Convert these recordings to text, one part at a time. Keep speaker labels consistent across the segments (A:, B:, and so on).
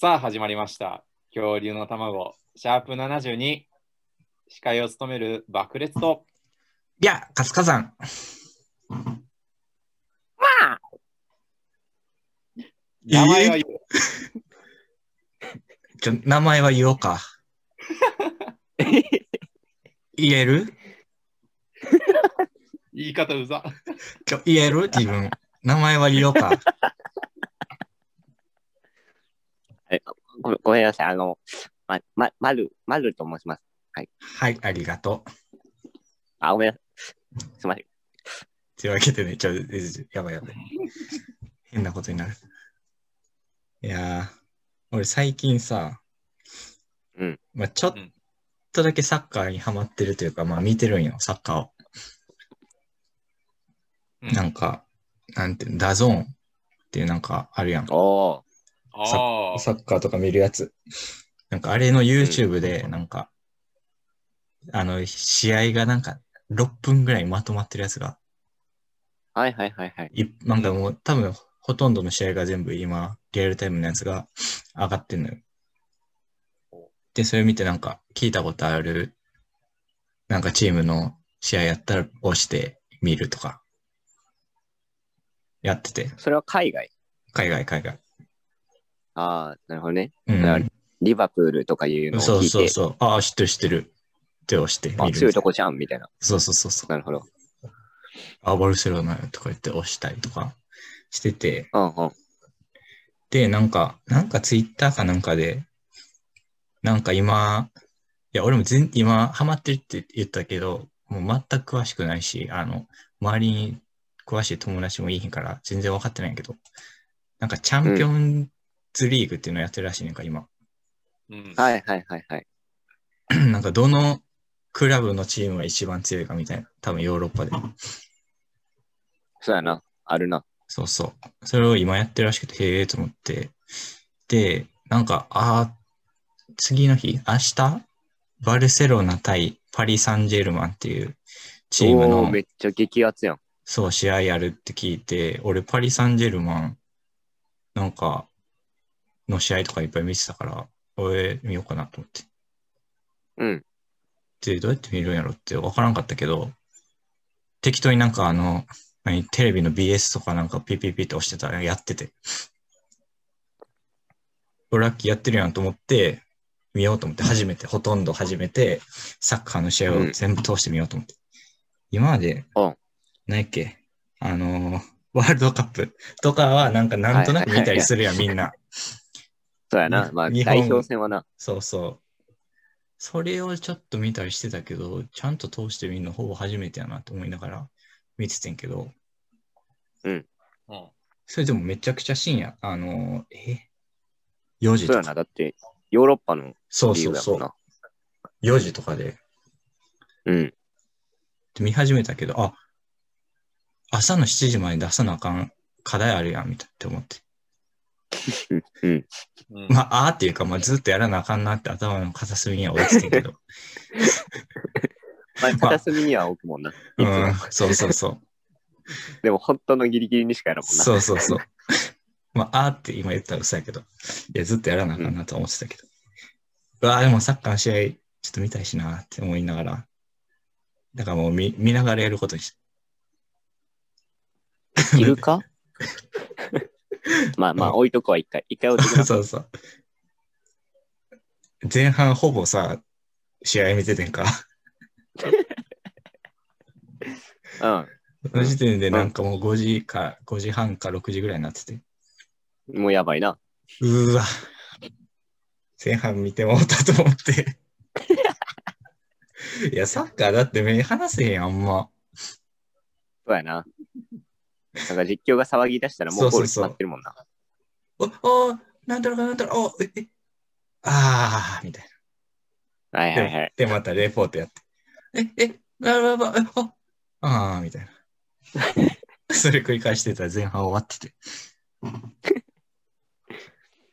A: さあ始まりました。恐竜の卵、シャープ72。司会を務める爆裂と、
B: いや、カスカさん。え
A: 名前は言う
B: ちょ、名前は言おうか。言える
A: 言い方うざ。
B: ちょ、言える自分。名前は言おうか。
C: ごめんごめんなさい。あの、ま、ま、まる、まると申します。
B: はい、ありがとう。
C: あ、ごめんなさい。すいません。
B: というわけでね、ちょ、えやばいやばい。変なことになる。いやー、俺最近さ、
C: うん。
B: まあ、ちょっとだけサッカーにハマってるというか、まあ見てるんよ、サッカーを。
A: うん
B: なんか、なんていうの、ダゾーンっていうなんかあるやん。
C: おー。
A: ああ、
B: サッカーとか見るやつ。なんかあれの YouTube で、なんか、あの、試合がなんか6分ぐらいまとまってるやつが、
C: はいはいはいはい。
B: いなんかもう多分ほとんどの試合が全部今、リアルタイムのやつが上がってんのよ。で、それ見てなんか聞いたことある、なんかチームの試合やったら押して見るとか、やってて、
C: それは海外。
B: 海外、海外。
C: ああ、なるほどね。
B: うん
C: なるリバプールとかいうのを聞いて、
B: そうそうそう。ああ、知ってる知ってる。手を押して
C: あ
B: 見
C: 強
B: る
C: い。とこじゃんみたいな。
B: そうそうそうそう。
C: なるほど。
B: あ、バルセロナとか言って押したりとかしてて。
C: うんうん。
B: で、なんか、なんかツイッターかなんかで、なんか今、いや、俺も全、今、ハマってるって言ったけど、もう全く詳しくないし、あの、周りに詳しい友達もいいひんから、全然分かってないけど、なんかチャンピオンズリーグっていうのやってるらしいねんか、今。
A: うん
C: はいはいはいはい。
B: なんかどのクラブのチームが一番強いかみたいな、多分ヨーロッパで。
C: そうやな。あるな。
B: そうそう。それを今やってるらしくて、へえと思って。で、なんか、あー次の日、明日、バルセロナ対パリ・サンジェルマンっていうチーム
C: お
B: の
C: ーめっちゃ激アツやん。
B: そう試合やるって聞いて、俺、パリ・サンジェルマン、なんか、の試合とかいっぱい見てたから、俺、見ようかなと思って。
C: うん。
B: で、どうやって見るんやろって分からんかったけど、適当になんかあの、何、テレビの BS とかなんかピッピッピッって押してたらやってて。俺ラッキーやってるやんと思って、見ようと思って、初めて、ほとんど初めて、サッカーの試合を全部通してみようと思って。今まで、
C: うん
B: ないっけあのーワールドカップとかはなんかなんとなく見たりするやん、みんな。
C: そうやな。まあ、
B: 日本
C: 代表戦はな。
B: そうそう。それをちょっと見たりしてたけど、ちゃんと通してみるのほぼ初めてやなと思いながら見ててんけど、
A: うん
B: それでもめちゃくちゃ深夜、あの、え ?4 時
C: そ
B: と
C: うや
B: か。
C: な。だって、ヨーロッパの
B: そう
C: リー
B: そう
C: グや
B: そ
C: もん
B: う。
C: な。
B: 4時とかで
C: うん。
B: 見始めたけど、あ、朝の7時まで出さなあかん課題あるやん、みたいなって思って。
C: うん。
A: うん
B: まあ、あーっていうか、まあ、ずっとやらなあかんなって頭の片隅には落ちてんけ ど。
C: まあ、片隅には置くもんな。いつ
B: う
C: も
B: ん、そうそうそう。
C: でも、本当のギリギリにしかやらんもんな。
B: そうそう そう。まあ、あーって今言ったら嘘やけど、いや、ずっとやらなあかんなと思ってたけど。うわあ、でもサッカーの試合、ちょっと見たいしなって思いながら、だからもう見見ながらやることにし
C: いるかまあまあ、置いとこは一回。一回置いとこ
B: た。
C: な
B: そうそう。前半ほぼさ、試合見ててんか。その 時点でなんかもう5時か、5時半か6時ぐらいになってて。
C: うん。もうやばいな。
B: うーわ。前半見てもうたと思って。 いや、サッカーだって目離せへんやん、あんま。
C: そうやな。なんか実況が騒ぎ出したらもうゴール決まってるもんな。
B: お、お、なんとなくなんとなく、お、え、えあー、みたい
C: はいはいは
B: な。
C: い。
B: で、またレポートやって。え、え、ばばば、え、あ、あー、みたいな。 それ繰り返してたら前半終わってて。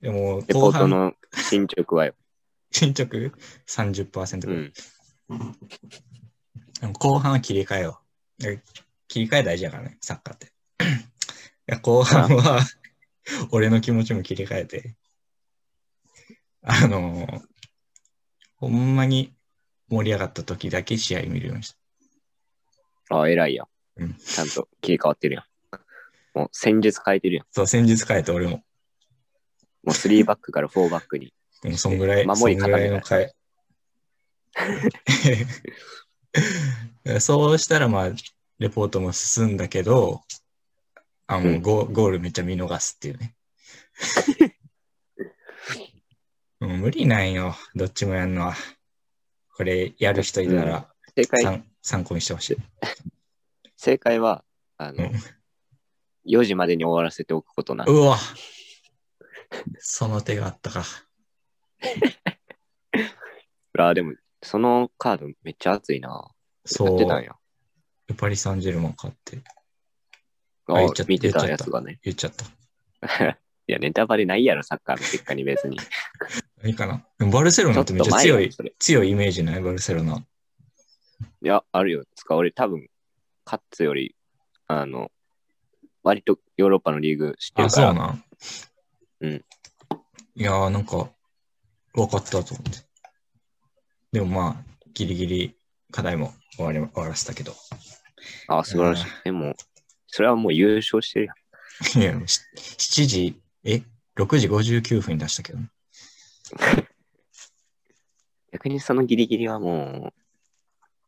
B: でも、
C: レ
B: 後
C: ポート
B: 半、
C: の進捗はよ。
B: 進捗30%
C: う
B: ぐらい。
C: ん。
B: でも後半は切り替えよう。え切り替え大事だからね、サッカーって。い や後半は、俺の気持ちも切り替えて、あのーほんまに盛り上がった時だけ試合見るようにした。
C: ああ、偉いや。
B: うん
C: ちゃんと切り替わってるやん。もう戦術変えてるやん。
B: そう、戦術変えて俺も。
C: もう3バックから4バックに。
B: でもそんぐらい、そ
C: 守
B: んぐ
C: り固
B: ら
C: め
B: いの
C: た
B: 変 え。そうしたら、まあ、レポートも進んだけど、あもう
C: うん
B: ゴゴールめっちゃ見逃すっていう ね。もう無理なんよ、どっちもやるのは。これやる人いたら、
C: 正解、
B: 参参考にしてほしい。
C: 正解は、あの
B: うん、
C: 4時までに終わらせておくことな。
B: うわその手があったか。
C: ああ、でも、そのカードめっちゃ熱いな。や
B: そ
C: ってたん
B: う、
C: や。
B: パリ・サンジェルマン買って
C: あ
B: あ
C: あ
B: 言っちゃった
C: 見てたやつがね。
B: 言っちゃった。
C: いや、ネタバレないやろ、サッカーの結果に 別に。
B: いいかな。でもバルセロナってめっちゃ強
C: ちょっと前
B: い
C: よそれ、
B: 強いイメージないバルセロナ。
C: いや、あるよ。つか、俺多分、カッツより、あの、割とヨーロッパのリーグ知って
B: あ、
C: るか
B: そう
C: ら、
B: なん。
C: うん。
B: いやー、なんか、分かったと思って。でもまあ、ギリギリ課題も終わり終わらせたけど。
C: あ、素晴らしい。でも、それはもう優勝してるやん。
B: いや、し7時、え、6時59分に出したけどね。
C: 逆にそのギリギリはも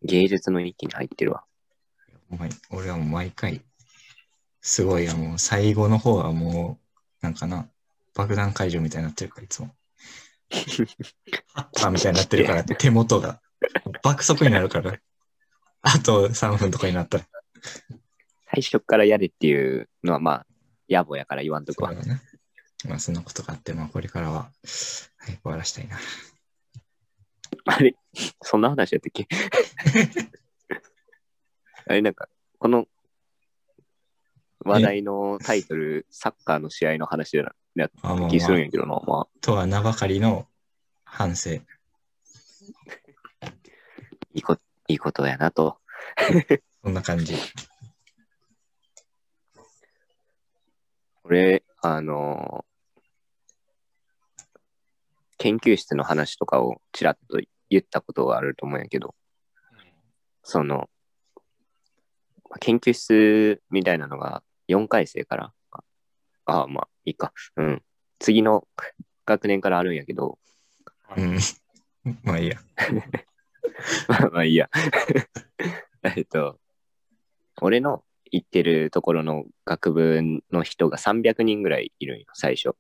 C: う、芸術の域に入ってるわ。
B: お前俺はもう毎回、すごい、あもう最後の方はもう、なんかな、爆弾解除みたいになってるから、いつも。ハッカーみたいになってるから、手元が。爆速になるから。あと3分とかになったら。
C: 最初からやれっていうのは、まあ、野暮やから言わんとくわ。
B: ね。まあ、そんなことがあって、まあ、これからは、早く終わらしたいな。
C: あれそんな話やったっけあれなんか、この話題のタイトル、サッカーの試合の話だな
B: あまあ、ま
C: 気するん
B: あ、
C: やけどな、まあ、
B: とは名ばかりの反省。
C: いいこいいことやなと。
B: そんな感じ。
C: 俺、あのー研究室の話とかをちらっと言ったことがあると思うんやけど、その、研究室みたいなのが4回生から、ああ、まあ、いいか、うん。次の学年からあるんやけど、
B: うん。まあいいや。
C: まあまあいいや。 えっと、俺の行ってるところの学部の人が300人ぐらいいるんよ、最初。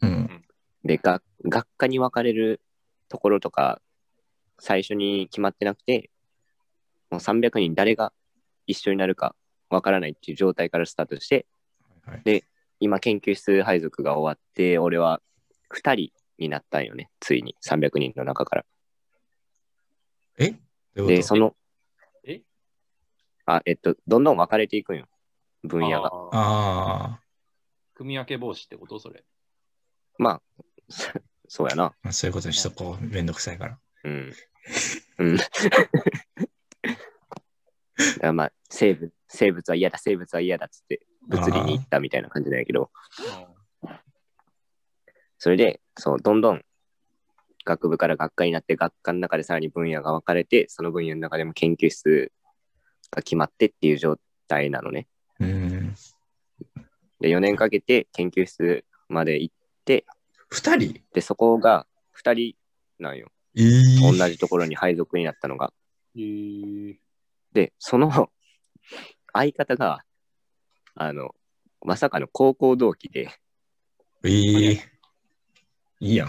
B: うん。
C: で、が学科に分かれるところとか、最初に決まってなくて、もう300人誰が一緒になるか分からないっていう状態からスタートして、
B: はい
C: 今研究室配属が終わって、俺は2人になったんよね、ついに300人の中から。
B: えどういう
C: で、
B: こと
C: その、
A: え
C: あ、えっと、どんどん分かれていくんよ、分野が。
A: あー
B: ああ、
A: 組み分け防止ってことそれ。
C: まあ、そうやな。
B: まあ、そういうことにしとこう。めんどくさいから。
C: うん。うん。 だからまあ、生物、生物は嫌だ、生物は嫌だっつって、物理に行ったみたいな感じなんやけど、それで、そう、どんどん学部から学科になって、学科の中でさらに分野が分かれて、その分野の中でも研究室が決まってっていう状態なのね。
B: うん。
C: で、4年かけて研究室まで行っ
B: 二人
C: て、そこが2人なんよ。
B: えー
C: 同じところに配属になったのが。
A: へー
C: で、その 相方が、あの、まさかの高校同期で、
B: えーいいやん。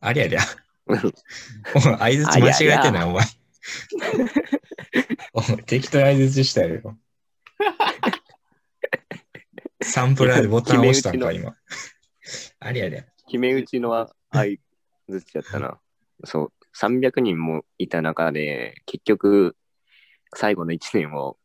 B: ありゃり ゃ。
C: うん
B: お前、相づち間違えてない、お前。お前、適当に相づちしたよ。サンプラーでボタン押したんか、
C: 決
B: 今。ありゃりゃ。
C: 決め打 ちの相づちだったな。そう、300人もいた中で、結局、最後の1年を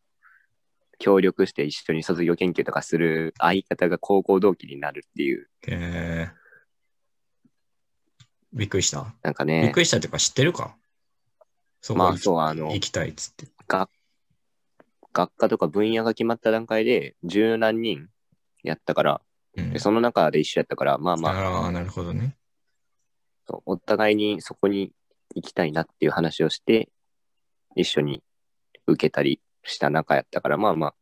C: 協力して一緒に卒業研究とかする相方が高校同期になるっていう、
B: えー、びっくりした。
C: なんか
B: びっ
C: ね
B: く、りしたっていうか、知ってるかそこ
C: ま
B: 行
C: あ
B: き,、
C: そう、あの
B: 行、きたいっつって。
C: 学科とか分野が決まった段階で十何人やったから、
B: うん
C: でその中で一緒やったから、まあまあ、
B: ああ、なるほどね。
C: そうお互いにそこに行きたいなっていう話をして、一緒に受けたりした仲やったから、まあまあ、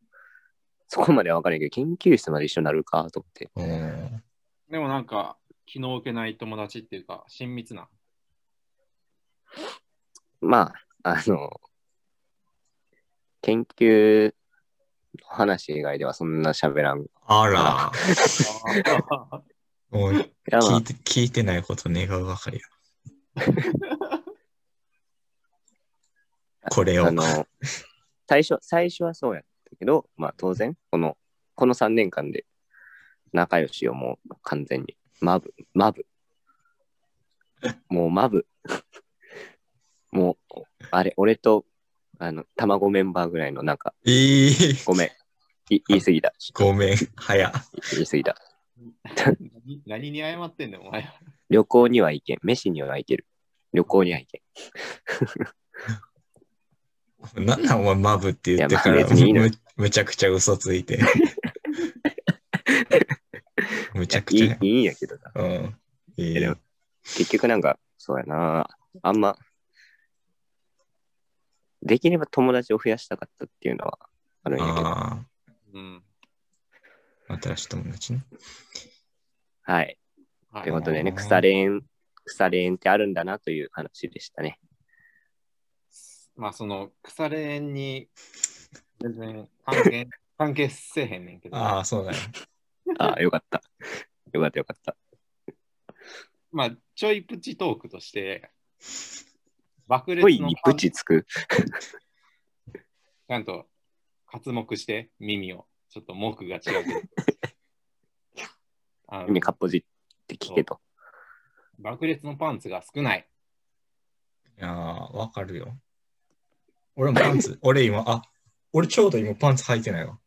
C: そこまでは分からんけど、研究室まで一緒になるかと思って。
B: うん
A: でもなんか、気の置けない友達っていうか、親密 な。
C: まあ、あの、研究の話以外ではそんな喋らん。い
B: あら、
A: あー
B: もう
C: やま
B: 聞
C: あ
B: いて聞いてないこと願うばかりや。 これを
C: あ。の、最初、最初はそうやったけど、まあ当然、この、この3年間で仲良しをもう完全に、マブ、マブ。もうマブ。もう、あれ、俺と、あの、卵メンバーぐらいのなんか、
B: えー、
C: ごめん。い言い過ぎだ。
B: ごめん、早っ。
C: 言い過ぎだ。
A: 何何に謝ってんだよ、お前。
C: 旅行には行けん。飯には行ける。旅行には行けん。
B: なんなんお前マブって言ってか
C: い
B: ら
C: やまあ別にいいのよ
B: むむちゃくちゃ嘘つ いて。むちゃく
C: い
B: ちゃ
C: い
B: や。
C: いいんやけどな。
B: うん。え
C: いやで
B: ー
C: も、結局なんか、そうやな。あんま、できれば友達を増やしたかったっていうのはあるんやけど。
B: あ
A: うん。
B: あ、新しい友達ね。
C: はい。
A: は
C: ということでね、
B: あー
C: 腐れ縁、腐れ縁ってあるんだなという話でしたね。
A: まあ、その、腐れ縁に、全然関 係、関係せえへんねんけど、
B: ああ、そうだよ。
C: ああ、よかった。よかったよかった。
A: まあ、ちょいプチトークとして、爆
C: ほい
A: 裂の
C: にブチつく。
A: ちゃんと、活目して、耳を。ちょっと、目が違う けど。あの
C: 耳かっぽじって聞けと。
A: 爆裂のパンツが少ない。
B: いやーわかるよ。俺もパンツ、俺今、あ、俺ちょうど今パンツ履いてないわ。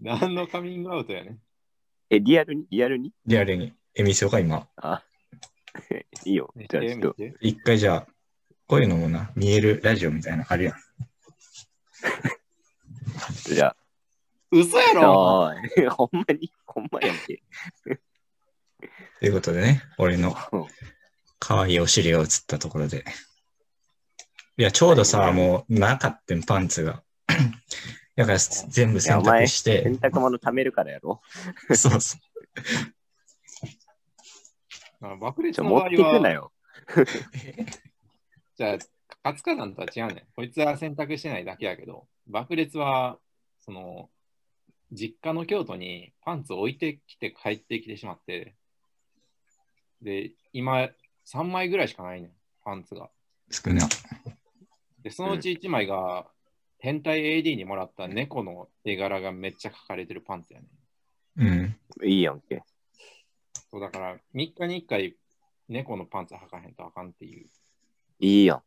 A: 何のカミングアウトやね。
C: え、リアルにリアルに
B: リアルに、エミソが今。
C: あ いいよ。じゃあちょっと、
A: 見て
B: 一回じゃあ、こういうのもな、見えるラジオみたいなのあるやん。
C: じゃあ、
A: 嘘やろ
C: おい ほんまに、ほんまやんけ。
B: ということでね、俺の
C: うん
B: 可愛いお尻が映ったところで。いや、ちょうどさ、もうなかったん、パンツが。 だから全部洗
C: いやお前
B: 濯して
C: 洗、濯物貯めるからやろ。
B: そうそう。
A: まあ爆裂
C: ちょ、
A: の
C: 持
A: 場
C: っ
A: 合
C: てく
A: は、
C: なよ。
A: じゃあ、カツカなんとは違うね。こいつは選択してないだけやけど、爆裂は、その、実家の京都にパンツを置いてきて帰ってきてしまって、で、今、3枚ぐらいしかないねんパンツが。
B: 少な。
A: で、そのうち1枚が、変態 AD にもらった猫の絵柄がめっちゃ描かれてるパンツやねん
B: うん。
C: いいやんけ。
A: そうだから、3日に1回、猫のパンツ履かへんとあかんっていう。
C: いいやん。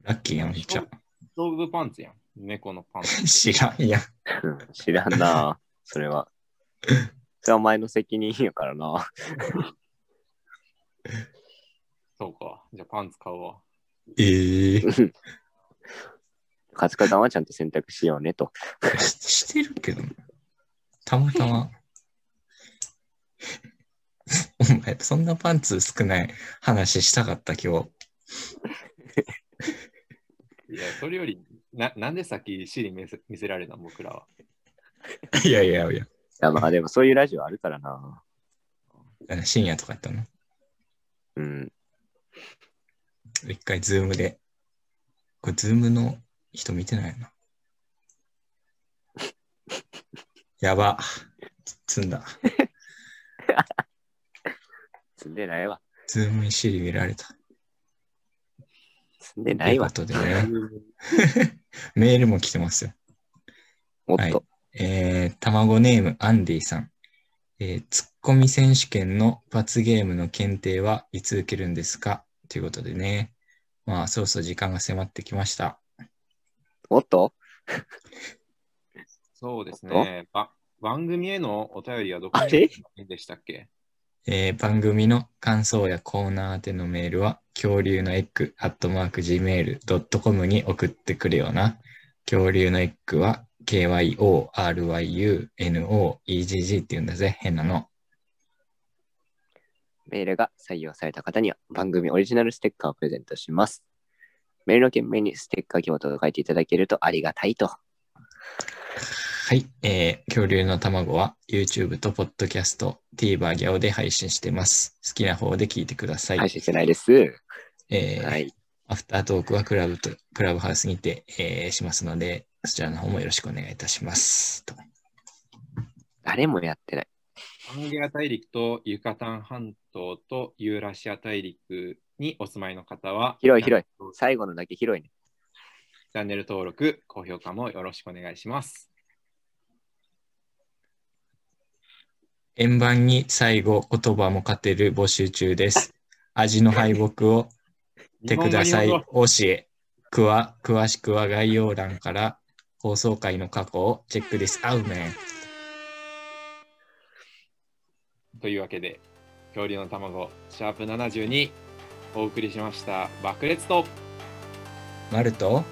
B: ラッキーやん、めっちゃ。
A: ストーブパンツやん。猫のパンツ。
B: 知らんやん。
C: うん知らん な。それは。それはお前の責任やからな。
A: そうか。じゃあパンツ買おうわ。
B: ええ
C: 勝川さんはちゃんと選択しようねと。
B: ししてるけどなたまたま。お前、そんなパンツ少ない話したかった、今日。
A: いや、それより、ななんでさっきシリ見せ見せられたの僕らは。
B: いやいやいや
C: いやまあでもそういうラジオあるからな。
B: あの。深夜とかやったの。
C: うん。
B: 一回ズームで。これズームの人見てないな。やば。つんだ。
C: 積んでないわ。
B: ズームに尻見られた。
C: 積んでないわ。
B: ということでね。 メールも来てますよ。
C: もっと。
B: はいえー、卵ネームアンディさん。えー、ツッコミ選手権の罰ゲームの検定はいつ受けるんですかということでね。まあ、そろそろ時間が迫ってきました。
C: もっと
A: そうですね。ば番組へのお便りはどこ
C: あ
A: に
C: れ
A: いいんでしたっけ
B: えー番組の感想やコーナー宛てのメールは、恐竜のエッグ、アットマーク、gmail.com に送ってくれよな。恐竜のエッグは、kyoryunoegg って言うんだぜ、変なの。
C: メールが採用された方には番組オリジナルステッカーをプレゼントします。メールの件名にステッカー希望と書いていただけるとありがたいと。
B: はい、えー、恐竜の卵は YouTube と Podcast、TVer ギャオで配信してます。好きな方で聞いてください。
C: 配信してないです。
B: えー
C: はい。
B: アフタートークはクラブとクラブハウスにて、えーしますので、そちらの方もよろしくお願いいたします。と
C: 誰もやってない。
A: アンゲラ大陸とユカタン半島とユーラシア大陸にお住まいの方は、
C: 広い広
A: い。
C: 最後のだけ広いね。
A: チャンネル登録、高評価もよろしくお願いします。
B: 円盤に最後、言葉も勝てる募集 中です。味の敗北をてください。
A: 日本
B: 教
A: 語
B: え。くわ、詳しくは概要欄から放送回の過去をチェックです。あうめん。
A: というわけで、恐竜の卵、シャープ72、お送りしました。爆裂と
B: マルト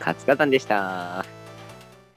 C: カツカタンでした。